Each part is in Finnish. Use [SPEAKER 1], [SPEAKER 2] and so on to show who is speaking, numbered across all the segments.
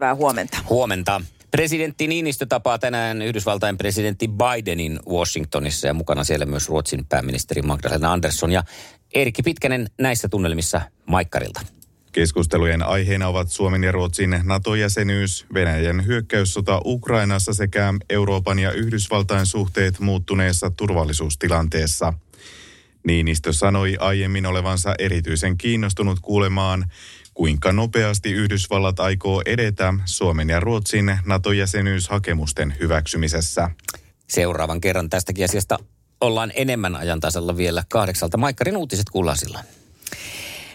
[SPEAKER 1] Hyvää huomenta.
[SPEAKER 2] Huomenta. Presidentti Niinistö tapaa tänään Yhdysvaltain presidentti Bidenin Washingtonissa ja mukana siellä myös Ruotsin pääministeri Magdalena Andersson ja Erkki Pitkänen näissä tunnelmissa Maikkarilta.
[SPEAKER 3] Keskustelujen aiheena ovat Suomen ja Ruotsin NATO-jäsenyys, Venäjän hyökkäyssota Ukrainassa sekä Euroopan ja Yhdysvaltain suhteet muuttuneessa turvallisuustilanteessa. Niinistö sanoi aiemmin olevansa erityisen kiinnostunut kuulemaan, kuinka nopeasti Yhdysvallat aikoo edetä Suomen ja Ruotsin NATO-jäsenyyshakemusten hyväksymisessä.
[SPEAKER 2] Seuraavan kerran tästäkin asiasta ollaan enemmän ajantasalla vielä kahdeksalta. Maikkarin uutiset kuullaan silloin.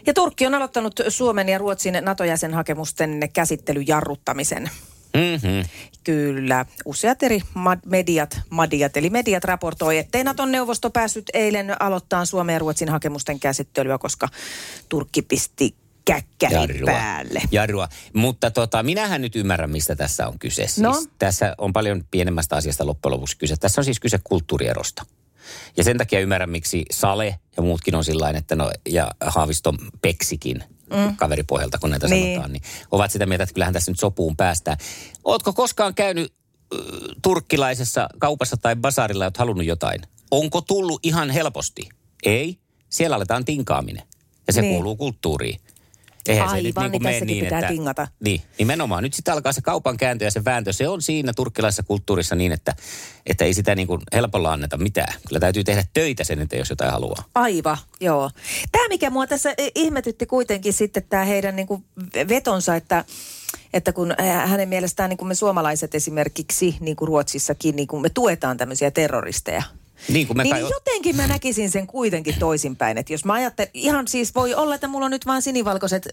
[SPEAKER 1] Ja Turkki on aloittanut Suomen ja Ruotsin NATO-jäsenhakemusten käsittelyjarruttamisen.
[SPEAKER 2] Mm-hmm.
[SPEAKER 1] Kyllä. Useat eri mad- mediat, madiat, eli mediat raportoi, ettei Naton neuvosto päässyt eilen aloittaa Suomen ja Ruotsin hakemusten käsittelyä, koska Turkki pisti käkkäri päälle.
[SPEAKER 2] Jarrua. Mutta tota, minähän nyt ymmärrän, mistä tässä on kyse. Siis
[SPEAKER 1] No?
[SPEAKER 2] Tässä on paljon pienemmästä asiasta loppujen lopuksi kyse. Tässä on siis kyse kulttuurierosta. Ja sen takia ymmärrän, miksi Sale ja muutkin on sillä että no, ja Haaviston Peksikin mm. kaveripohjalta, kun näitä
[SPEAKER 1] Niin.
[SPEAKER 2] niin. sanotaan, niin ovat sitä mieltä, että kyllähän tässä nyt sopuun päästään. Ootko koskaan käynyt ö, turkkilaisessa kaupassa tai basaarilla, oot halunnut jotain? Onko tullut ihan helposti? Ei. Siellä aletaan tinkaaminen. Ja se
[SPEAKER 1] Niin.
[SPEAKER 2] niin. kuuluu kulttuuriin. Eihän se nyt
[SPEAKER 1] Aivan, niin
[SPEAKER 2] niin kuin mene
[SPEAKER 1] tässäkin
[SPEAKER 2] niin,
[SPEAKER 1] pitää
[SPEAKER 2] että...
[SPEAKER 1] tingata.
[SPEAKER 2] Niin, nimenomaan. Nyt sitten alkaa se kaupan kääntö ja se vääntö. Se on siinä turkkilaisessa kulttuurissa niin, että, että ei sitä niin kuin helpolla anneta mitään. Kyllä täytyy tehdä töitä sen, että jos jotain haluaa.
[SPEAKER 1] Aiva, joo. Tämä mikä mua tässä eh, ihmetytti kuitenkin sitten tämä heidän niinku vetonsa, että, että kun eh, hänen mielestään niinku me suomalaiset esimerkiksi niin kuin Ruotsissakin niin kuin me tuetaan tämmöisiä terroristeja.
[SPEAKER 2] Niin kuin me
[SPEAKER 1] Niin
[SPEAKER 2] kai...
[SPEAKER 1] jotenkin mä näkisin sen kuitenkin toisinpäin, että jos mä ajattelen, ihan siis voi olla, että mulla on nyt vaan sinivalkoiset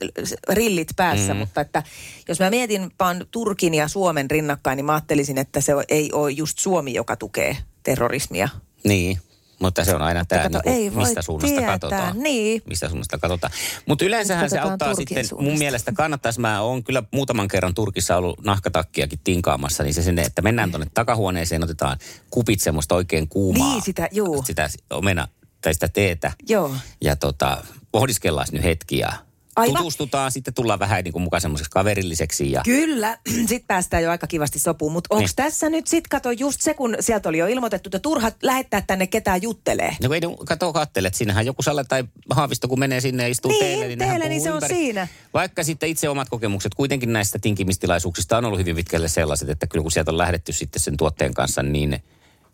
[SPEAKER 1] rillit päässä, mm. mutta että jos mä mietin vaan Turkin ja Suomen rinnakkain, niin mä ajattelisin, että se ei ole just Suomi, joka tukee terrorismia.
[SPEAKER 2] Niin, mutta se on aina tämä,
[SPEAKER 1] kato,
[SPEAKER 2] niin
[SPEAKER 1] ei voi
[SPEAKER 2] mistä suunnasta
[SPEAKER 1] tietää,
[SPEAKER 2] katsotaan.
[SPEAKER 1] niin.
[SPEAKER 2] Mistä suunnasta katsotaan. Mutta yleensähän
[SPEAKER 1] Nyt
[SPEAKER 2] se
[SPEAKER 1] katsotaan
[SPEAKER 2] auttaa
[SPEAKER 1] Turkin
[SPEAKER 2] sitten,
[SPEAKER 1] suunnasta.
[SPEAKER 2] mun mielestä kannattaisi, mä oon kyllä muutaman kerran Turkissa ollut nahkatakkiakin tinkaamassa, niin se sinne, että mennään tuonne takahuoneeseen, otetaan kupit semmoista oikein kuumaa.
[SPEAKER 1] Niin, sitä, juu.
[SPEAKER 2] Sitä omena tai sitä teetä.
[SPEAKER 1] Joo.
[SPEAKER 2] Ja tota, pohdiskellaan nyt hetki ja
[SPEAKER 1] Aivan.
[SPEAKER 2] tutustutaan, sitten tullaan vähän niin kuin mukaan semmoiseksi kaverilliseksi ja
[SPEAKER 1] Kyllä, sit päästään jo aika kivasti sopuun, mutta onko
[SPEAKER 2] Niin.
[SPEAKER 1] tässä nyt sit, kato just se, kun sieltä oli jo ilmoitettu, että turha lähettää tänne ketään juttelee.
[SPEAKER 2] No kun ei ne kato kattele, että siinähän joku sale tai haavisto, kun menee sinne ja istuu
[SPEAKER 1] Niin,
[SPEAKER 2] teille, niin, nehän
[SPEAKER 1] teille, niin se
[SPEAKER 2] puhuu
[SPEAKER 1] on
[SPEAKER 2] ympäri.
[SPEAKER 1] siinä.
[SPEAKER 2] Vaikka sitten itse omat kokemukset kuitenkin näistä tinkimistilaisuuksista on ollut hyvin pitkälle sellaiset, että kyllä kun sieltä on lähdetty sitten sen tuotteen kanssa, niin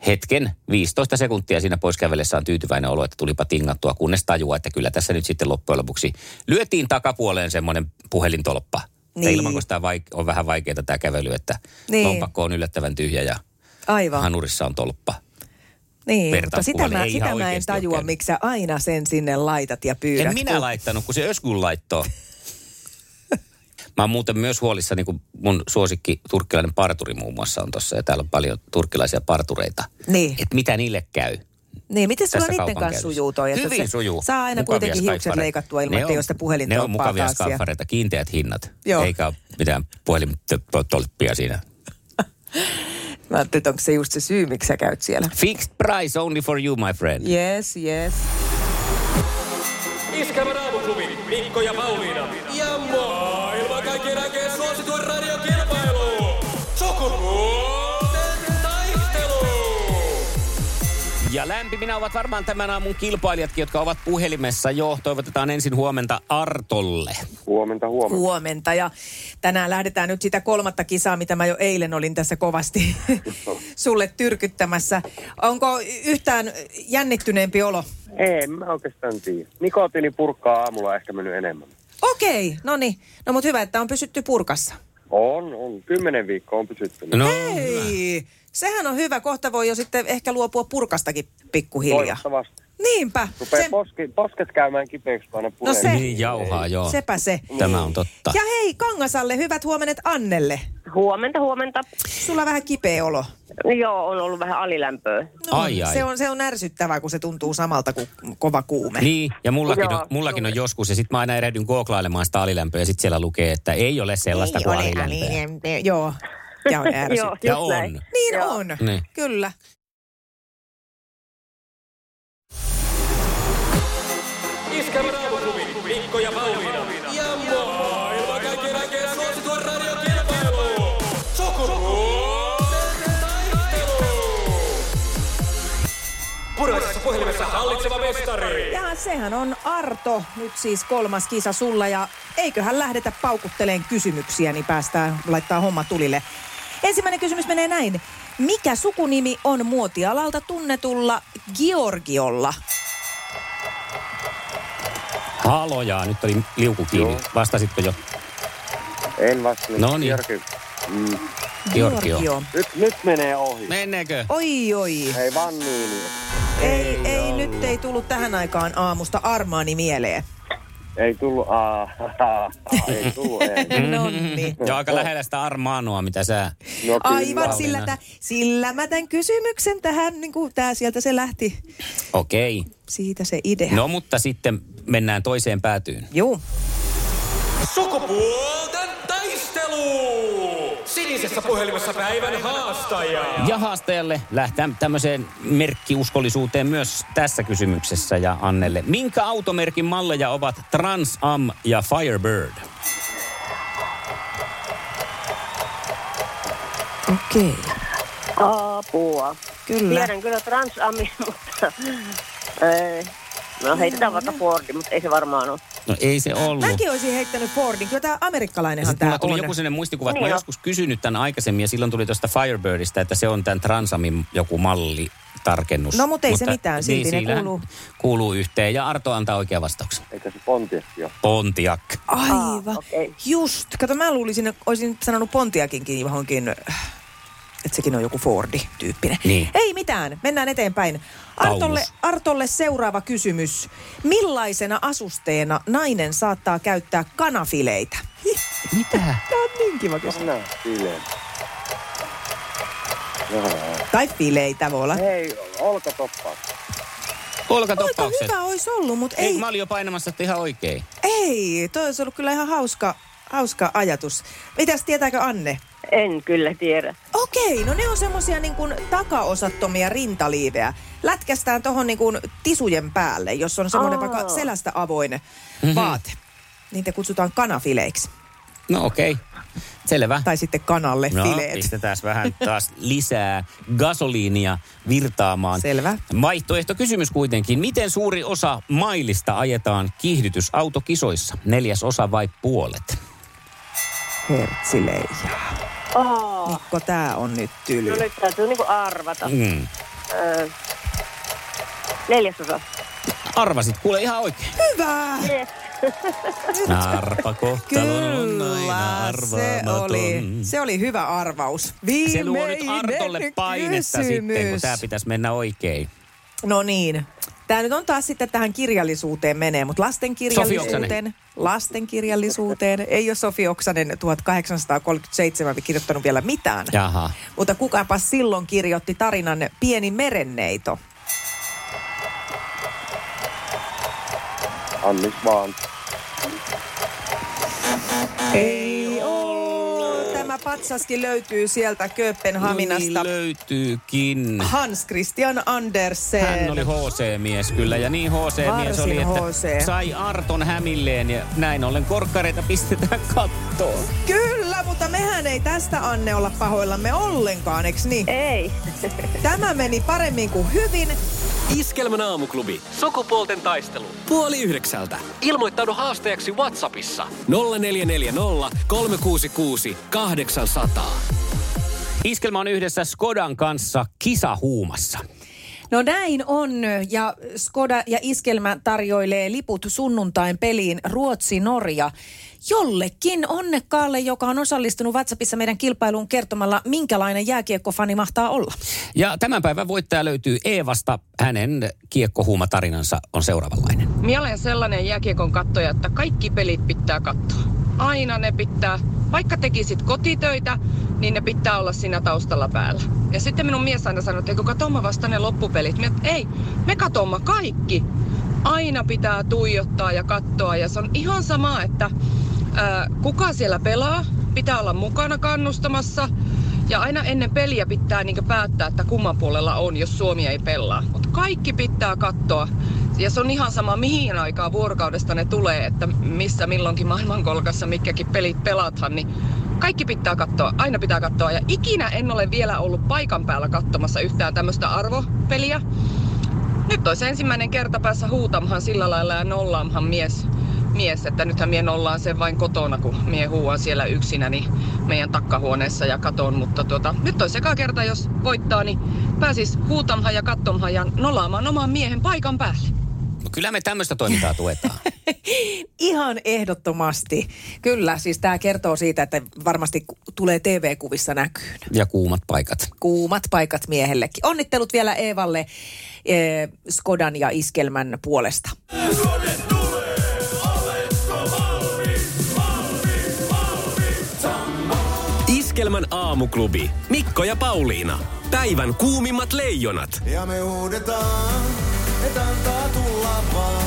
[SPEAKER 2] hetken, 15 sekuntia siinä pois kävellessä on tyytyväinen olo, että tulipa tingattua, kunnes tajuaa, että kyllä tässä nyt sitten loppujen lopuksi lyötiin takapuoleen semmoinen puhelintolppa. Niin.
[SPEAKER 1] Niin.
[SPEAKER 2] Ilman, kun sitä vaik- on vähän vaikeaa tämä kävely, että
[SPEAKER 1] Niin.
[SPEAKER 2] niin. lompakko on yllättävän tyhjä ja
[SPEAKER 1] Aivan.
[SPEAKER 2] hanurissa on tolppa.
[SPEAKER 1] Niin,
[SPEAKER 2] Verta
[SPEAKER 1] mutta sitä
[SPEAKER 2] puoleen
[SPEAKER 1] mä,
[SPEAKER 2] ei
[SPEAKER 1] sitä
[SPEAKER 2] ihan
[SPEAKER 1] mä en
[SPEAKER 2] oikeesti ole
[SPEAKER 1] tajua,
[SPEAKER 2] käynyt.
[SPEAKER 1] miksi sä aina sen sinne laitat ja pyydät.
[SPEAKER 2] En minä
[SPEAKER 1] kun-
[SPEAKER 2] laittanut, kun se Öskun laittoo. Mä oon muuten myös huolissani, kun mun suosikki turkkilainen parturi muun muassa on tuossa, ja täällä on paljon turkkilaisia partureita.
[SPEAKER 1] Niin.
[SPEAKER 2] Et mitä niille käy?
[SPEAKER 1] Niin, miten sulla
[SPEAKER 2] Tässä
[SPEAKER 1] niiden
[SPEAKER 2] kaupan
[SPEAKER 1] kanssa
[SPEAKER 2] käynnissä.
[SPEAKER 1] sujuu toi? että
[SPEAKER 2] Hyvin
[SPEAKER 1] se
[SPEAKER 2] sujuu.
[SPEAKER 1] Saa aina
[SPEAKER 2] Mukavia
[SPEAKER 1] kuitenkin hiukset
[SPEAKER 2] skalppareita.
[SPEAKER 1] leikattua ilman,
[SPEAKER 2] Ne
[SPEAKER 1] ettei
[SPEAKER 2] on-
[SPEAKER 1] ole sitä
[SPEAKER 2] Ne on
[SPEAKER 1] puhelintolppaa
[SPEAKER 2] mukavia
[SPEAKER 1] taas. ja-
[SPEAKER 2] skaffareita, kiinteät hinnat.
[SPEAKER 1] Joo.
[SPEAKER 2] Eikä ole mitään puhelintolppia siinä.
[SPEAKER 1] Mä ajattelin, että onko se just se syy, miksi sä käyt siellä.
[SPEAKER 2] Fixed price only for you, my friend.
[SPEAKER 1] Yes, yes.
[SPEAKER 4] Iskävä raamuklubi, Mikko ja Pauliina. Ja maailman kaikkien aikeen suosituen radiokilpailu. Sukupuolten taistelu.
[SPEAKER 2] Ja lämpiminä ovat varmaan tämän aamun kilpailijatkin, jotka ovat puhelimessa jo. Toivotetaan ensin huomenta Artolle.
[SPEAKER 5] Huomenta, huomenta.
[SPEAKER 1] Huomenta ja tänään lähdetään nyt sitä kolmatta kisaa, mitä mä jo eilen olin tässä kovasti sulle tyrkyttämässä. Onko yhtään jännittyneempi olo?
[SPEAKER 5] Ei, en mä oikeastaan tiedä. Nikotiini purkaa aamulla on ehkä mennyt enemmän.
[SPEAKER 1] Okei, no niin. No mutta hyvä, että on pysytty purkassa.
[SPEAKER 5] On, on. Kymmenen viikkoa on pysyttynyt.
[SPEAKER 2] No,
[SPEAKER 1] Ei, sehän on hyvä. Kohta voi jo sitten ehkä luopua purkastakin pikkuhiljaa.
[SPEAKER 5] Toivottavasti.
[SPEAKER 1] Niinpä.
[SPEAKER 5] Rupeaa
[SPEAKER 1] Se- No
[SPEAKER 5] poski, posket käymään kipeäksi, kun aina puree.
[SPEAKER 1] se-
[SPEAKER 2] niin jauhaa, joo.
[SPEAKER 1] sepä se.
[SPEAKER 2] Tämä on totta.
[SPEAKER 1] Ja hei Kangasalle, hyvät huomenet Annelle.
[SPEAKER 6] Huomenta, huomenta.
[SPEAKER 1] Sulla vähän kipeä olo. No niin,
[SPEAKER 6] Joo, on ollut vähän alilämpöä.
[SPEAKER 2] Ai, ai.
[SPEAKER 1] Se, on, se on ärsyttävää, kun se tuntuu samalta kuin kova kuume.
[SPEAKER 2] Niin, ja mullakin,
[SPEAKER 6] Joo,
[SPEAKER 2] on, mullakin on joskus, ja sitten mä aina erehdyn googlailemaan sitä alilämpöä, ja sitten siellä lukee, että ei ole sellaista
[SPEAKER 6] Ei
[SPEAKER 2] kuin
[SPEAKER 6] ole
[SPEAKER 2] Niin,
[SPEAKER 6] niin,
[SPEAKER 2] alilämpöä.
[SPEAKER 1] Joo, ja on ärsyttävää.
[SPEAKER 6] Joo,
[SPEAKER 2] Ja
[SPEAKER 6] just näin.
[SPEAKER 2] on.
[SPEAKER 1] niin
[SPEAKER 6] Joo.
[SPEAKER 1] on,
[SPEAKER 2] Niin.
[SPEAKER 1] kyllä.
[SPEAKER 4] Iskävä raamuklubi, Mikko ja Pauliina. Ja maailman kaikkien aikeen suosituen radiokilpailu. hallitseva mestari.
[SPEAKER 1] Ja sehän on Arto, nyt siis kolmas kisa sulla ja eiköhän lähdetä paukutteleen kysymyksiä, niin päästään laittaa homma tulille. Ensimmäinen kysymys menee näin. Mikä sukunimi on muotialalta tunnetulla Georgiolla?
[SPEAKER 2] Halojaa, nyt oli liuku kiinni.
[SPEAKER 5] Joo.
[SPEAKER 2] Vastasitko jo?
[SPEAKER 5] En vastaa.
[SPEAKER 2] No niin.
[SPEAKER 5] Jyrki. Mm.
[SPEAKER 2] Georgio.
[SPEAKER 5] Nyt, nyt menee ohi.
[SPEAKER 2] Menneekö?
[SPEAKER 1] Oi, oi.
[SPEAKER 5] Ei vaan niin.
[SPEAKER 1] Ei, ei, nyt ei tullut tähän aikaan aamusta armaani mieleen.
[SPEAKER 5] Ei tullut. Aa, ei tullut. Ei.
[SPEAKER 1] No niin.
[SPEAKER 2] Ja
[SPEAKER 6] Oh.
[SPEAKER 2] aika lähellä sitä armaanoa, mitä sä...
[SPEAKER 5] No, kyllä.
[SPEAKER 1] Aivan, sillä,
[SPEAKER 2] Pauliina.
[SPEAKER 1] tä, sillä mä tämän kysymyksen tähän, niin kuin tää sieltä se lähti,
[SPEAKER 2] Okei.
[SPEAKER 1] siitä se idea.
[SPEAKER 2] No mutta sitten mennään toiseen päätyyn.
[SPEAKER 1] Juu.
[SPEAKER 4] Sukupuolten taistelu! Sinisessä puhelimessa päivän haastaja.
[SPEAKER 2] Ja haastajalle lähtään tämmöiseen merkkiuskollisuuteen myös tässä kysymyksessä ja Annelle. Minkä automerkin malleja ovat Trans Am ja Firebird?
[SPEAKER 1] Okei.
[SPEAKER 6] Apua.
[SPEAKER 1] Kyllä.
[SPEAKER 6] Tiedän kyllä transamin, mutta... Ei. No heitetään vaikka Fordi, mutta ei se varmaan ole.
[SPEAKER 2] No ei se ollut.
[SPEAKER 1] Mäkin olisin heittänyt Fordin. Kyllä tämä
[SPEAKER 2] Ja
[SPEAKER 1] amerikkalainenhan
[SPEAKER 2] sitten
[SPEAKER 1] tämä
[SPEAKER 2] mulla tuli
[SPEAKER 1] on.
[SPEAKER 2] joku sellainen muistikuva, että mä
[SPEAKER 6] Niin on.
[SPEAKER 2] joskus kysynyt tämän aikaisemmin ja silloin tuli tuosta Firebirdista, että se on tämän Transamin joku malli tarkennus.
[SPEAKER 1] No, mut ei se mitään, silti ne
[SPEAKER 2] siinä
[SPEAKER 1] kuuluu.
[SPEAKER 2] kuuluu yhteen ja Arto antaa oikean vastauksen.
[SPEAKER 5] Eikä se pontiesti ole.
[SPEAKER 2] Pontiac.
[SPEAKER 1] Aivan.
[SPEAKER 6] Aa, okei.
[SPEAKER 1] Just. Kato, mä luulisin, että olisin sanonut Pontiakinkin johonkin, äh, että sekin on joku Fordi-tyyppinen.
[SPEAKER 2] Niin.
[SPEAKER 1] Ei mitään. Mennään eteenpäin. Artolle,
[SPEAKER 2] Paulus.
[SPEAKER 1] Artolle seuraava kysymys. Millaisena asusteena nainen saattaa käyttää kanafileitä?
[SPEAKER 2] Mitä?
[SPEAKER 1] Tämä on niin kiva kysymys.
[SPEAKER 5] Anna silleen.
[SPEAKER 1] Tai fileitä voi olla.
[SPEAKER 5] Hei, olka toppaa.
[SPEAKER 1] Aika
[SPEAKER 2] Olkatoppaukset.
[SPEAKER 1] hyvä olisi ollut, mutta
[SPEAKER 2] Ei,
[SPEAKER 1] ei.
[SPEAKER 2] mä olin jo painamassa, että ihan oikein.
[SPEAKER 1] Ei, toi olisi ollut kyllä ihan hauska, hauska ajatus. Mitäs tietääkö Anne?
[SPEAKER 6] En kyllä tiedä.
[SPEAKER 1] Okei, no ne on semmosia niin kuin takaosattomia rintaliivejä. Lätkästään tohon niin kuin tisujen päälle, jos on semmoinen
[SPEAKER 6] Aa.
[SPEAKER 1] vaikka selästä avoin vaate. Niitä kutsutaan kanafileiksi.
[SPEAKER 2] Mhm. No okei. Okay. Selvä.
[SPEAKER 1] Tai sitten kanalle
[SPEAKER 2] No,
[SPEAKER 1] fileet.
[SPEAKER 2] pistetään vähän taas lisää gasoliinia virtaamaan.
[SPEAKER 1] Selvä.
[SPEAKER 2] Vaihtoehto kysymys kuitenkin. Miten suuri osa mailista ajetaan kiihdytysautokisoissa? Neljäs osa vai puolet?
[SPEAKER 1] Hertsileijaa.
[SPEAKER 6] Oh.
[SPEAKER 1] Mikko, tää on nyt
[SPEAKER 6] No
[SPEAKER 1] tyly.
[SPEAKER 6] nyt täytyy niinku arvata.
[SPEAKER 2] Mm.
[SPEAKER 6] Öö, neljäsosa.
[SPEAKER 2] Arvasit, kuule ihan oikein.
[SPEAKER 1] Hyvä!
[SPEAKER 6] Yes.
[SPEAKER 2] Arpa kohtalon on aina
[SPEAKER 1] Kyllä, se oli,
[SPEAKER 2] arvaamaton.
[SPEAKER 1] se oli hyvä arvaus. Viimeinen
[SPEAKER 2] Se luo nyt Artolle painetta sitten, kun
[SPEAKER 1] kysymys.
[SPEAKER 2] tämä pitäisi mennä oikein.
[SPEAKER 1] No niin. Tämä nyt on taas sitten tähän kirjallisuuteen menee, mutta lastenkirjallisuuteen,
[SPEAKER 2] Oksanen.
[SPEAKER 1] lastenkirjallisuuteen, ei ole Sofi Oksanen 1837 kirjoittanut vielä mitään.
[SPEAKER 2] Jaha.
[SPEAKER 1] Mutta kukapa silloin kirjoitti tarinan Pieni merenneito?
[SPEAKER 5] Annis vaan.
[SPEAKER 1] Ei oo. Tämä patsaskin löytyy sieltä Kööpenhaminasta.
[SPEAKER 2] Niin löytyykin.
[SPEAKER 1] Hans Christian Andersen.
[SPEAKER 2] Hän oli HC-mies kyllä, ja niin HC-mies
[SPEAKER 1] Varsin
[SPEAKER 2] oli, että
[SPEAKER 1] HC.
[SPEAKER 2] sai Arton hämilleen, ja näin ollen korkkareita pistetään kattoon.
[SPEAKER 1] Kyllä, mutta mehän ei tästä Anne olla pahoillamme ollenkaan, eks niin?
[SPEAKER 6] Ei.
[SPEAKER 1] Tämä meni paremmin kuin hyvin.
[SPEAKER 4] Iskelmän aamuklubi. Sukupuolten taistelu. Puoli yhdeksältä. Ilmoittaudu haastajaksi Whatsappissa. 0440 366 800.
[SPEAKER 2] Iskelma on yhdessä Skodan kanssa kisahuumassa.
[SPEAKER 1] No näin on, ja Skoda ja Iskelmä tarjoilee liput sunnuntain peliin Ruotsi-Norja jollekin onnekkaalle, joka on osallistunut WhatsAppissa meidän kilpailuun kertomalla, minkälainen jääkiekkofani mahtaa olla.
[SPEAKER 2] Ja tämän päivän voittaja löytyy Eevasta. Hänen kiekkohuumatarinansa on seuraavanlainen.
[SPEAKER 7] Minä olen sellainen jääkiekon kattoja, että kaikki pelit pitää katsoa. Aina ne pitää, vaikka tekisit kotitöitä, niin ne pitää olla siinä taustalla päällä. Ja sitten minun mies aina sanoi, että eikö katoma vasta ne loppupelit. Minä, että ei, me katoma kaikki. Aina pitää tuijottaa ja katsoa ja se on ihan sama, että ää, kuka siellä pelaa, pitää olla mukana kannustamassa. Ja aina ennen peliä pitää niin päättää, että kumman puolella on, jos Suomi ei pelaa. Mutta kaikki pitää katsoa. Ja se on ihan sama, mihin aikaa vuorokaudesta ne tulee, että missä milloinkin maailmankolkassa mitkäkin pelit pelathan, niin kaikki pitää katsoa, aina pitää katsoa. Ja ikinä en ole vielä ollut paikan päällä katsomassa yhtään tämmöistä arvopeliä. Ne Nyt olisi ensimmäinen kerta päässä huutamhan sillä lailla ja nollaamhan mies, mies että nythän mie nollaan sen vain kotona, kun mie huuan siellä yksinä niin meidän takkahuoneessa ja katon, mutta tuota, nyt olisi eka kerta, jos voittaa, niin pääsis huutamhan ja kattomhan ja nollaamaan oman miehen paikan päälle.
[SPEAKER 2] No kyllä me tämmöistä toimintaa tuetaan.
[SPEAKER 1] Ihan ehdottomasti. Kyllä, siis tämä kertoo siitä, että varmasti ku- tulee TV-kuvissa näkyyn.
[SPEAKER 2] ja kuumat paikat.
[SPEAKER 1] Kuumat paikat miehellekin. Onnittelut vielä Eevalle eh, Skodan ja Iskelmän puolesta.
[SPEAKER 4] Iskelmän aamuklubi. Mikko ja Pauliina. Päivän kuumimmat leijonat.
[SPEAKER 8] Ja me huudetaan, et antaa tulla vaan.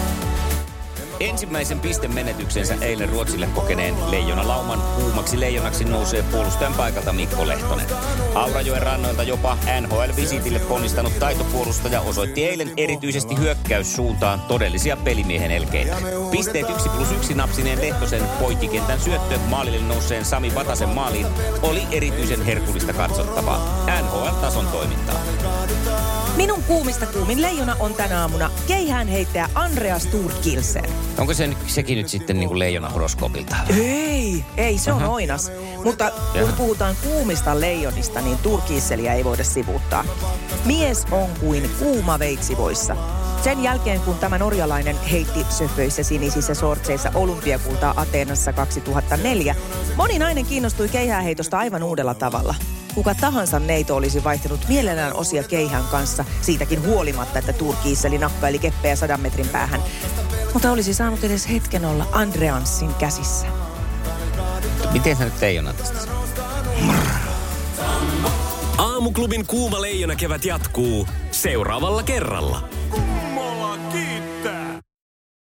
[SPEAKER 2] Ensimmäisen pistemenetyksensä eilen Ruotsille kokeneen leijona lauman kuumaksi leijonaksi nousee puolustajan paikalta Mikko Lehtonen. Aurajoen rannoilta jopa NHL-visitille ponnistanut taitopuolustaja osoitti eilen erityisesti hyökkäyssuuntaan todellisia pelimiehen elkeitä. Pisteet 1 plus 1 napsineen Lehtosen poikkikentän syöttö maalille nousseen Sami Vatasen maaliin oli erityisen herkullista katsottavaa. NHL-tason toimintaa.
[SPEAKER 1] Minun kuumista kuumin leijona on tänä aamuna keihään heittäjä Andreas Turkilsen.
[SPEAKER 2] Onko se, nyt- sekin nyt sitten niin kuin leijona horoskoopilta?
[SPEAKER 1] Ei, ei, se on oinas. Mutta kun puhutaan kuumista leijonista, niin turkiisseliä ei voida sivuuttaa. Mies on kuin kuuma veitsivoissa. Sen jälkeen, kun tämä norjalainen heitti söpöissä sinisissä sortseissa olympiakultaa Ateenassa 2004, moni nainen kiinnostui keihääheitosta aivan uudella tavalla. Kuka tahansa neito olisi vaihtanut mielellään osia keihään kanssa, siitäkin huolimatta, että turkiisseli nakkaili keppejä sadan metrin päähän. Mutta olisi saanut edes hetken olla Andreanssin käsissä.
[SPEAKER 2] Miten sä nyt leijona tästä? sanot?
[SPEAKER 4] Aamuklubin kuuma leijona kevät jatkuu seuraavalla kerralla.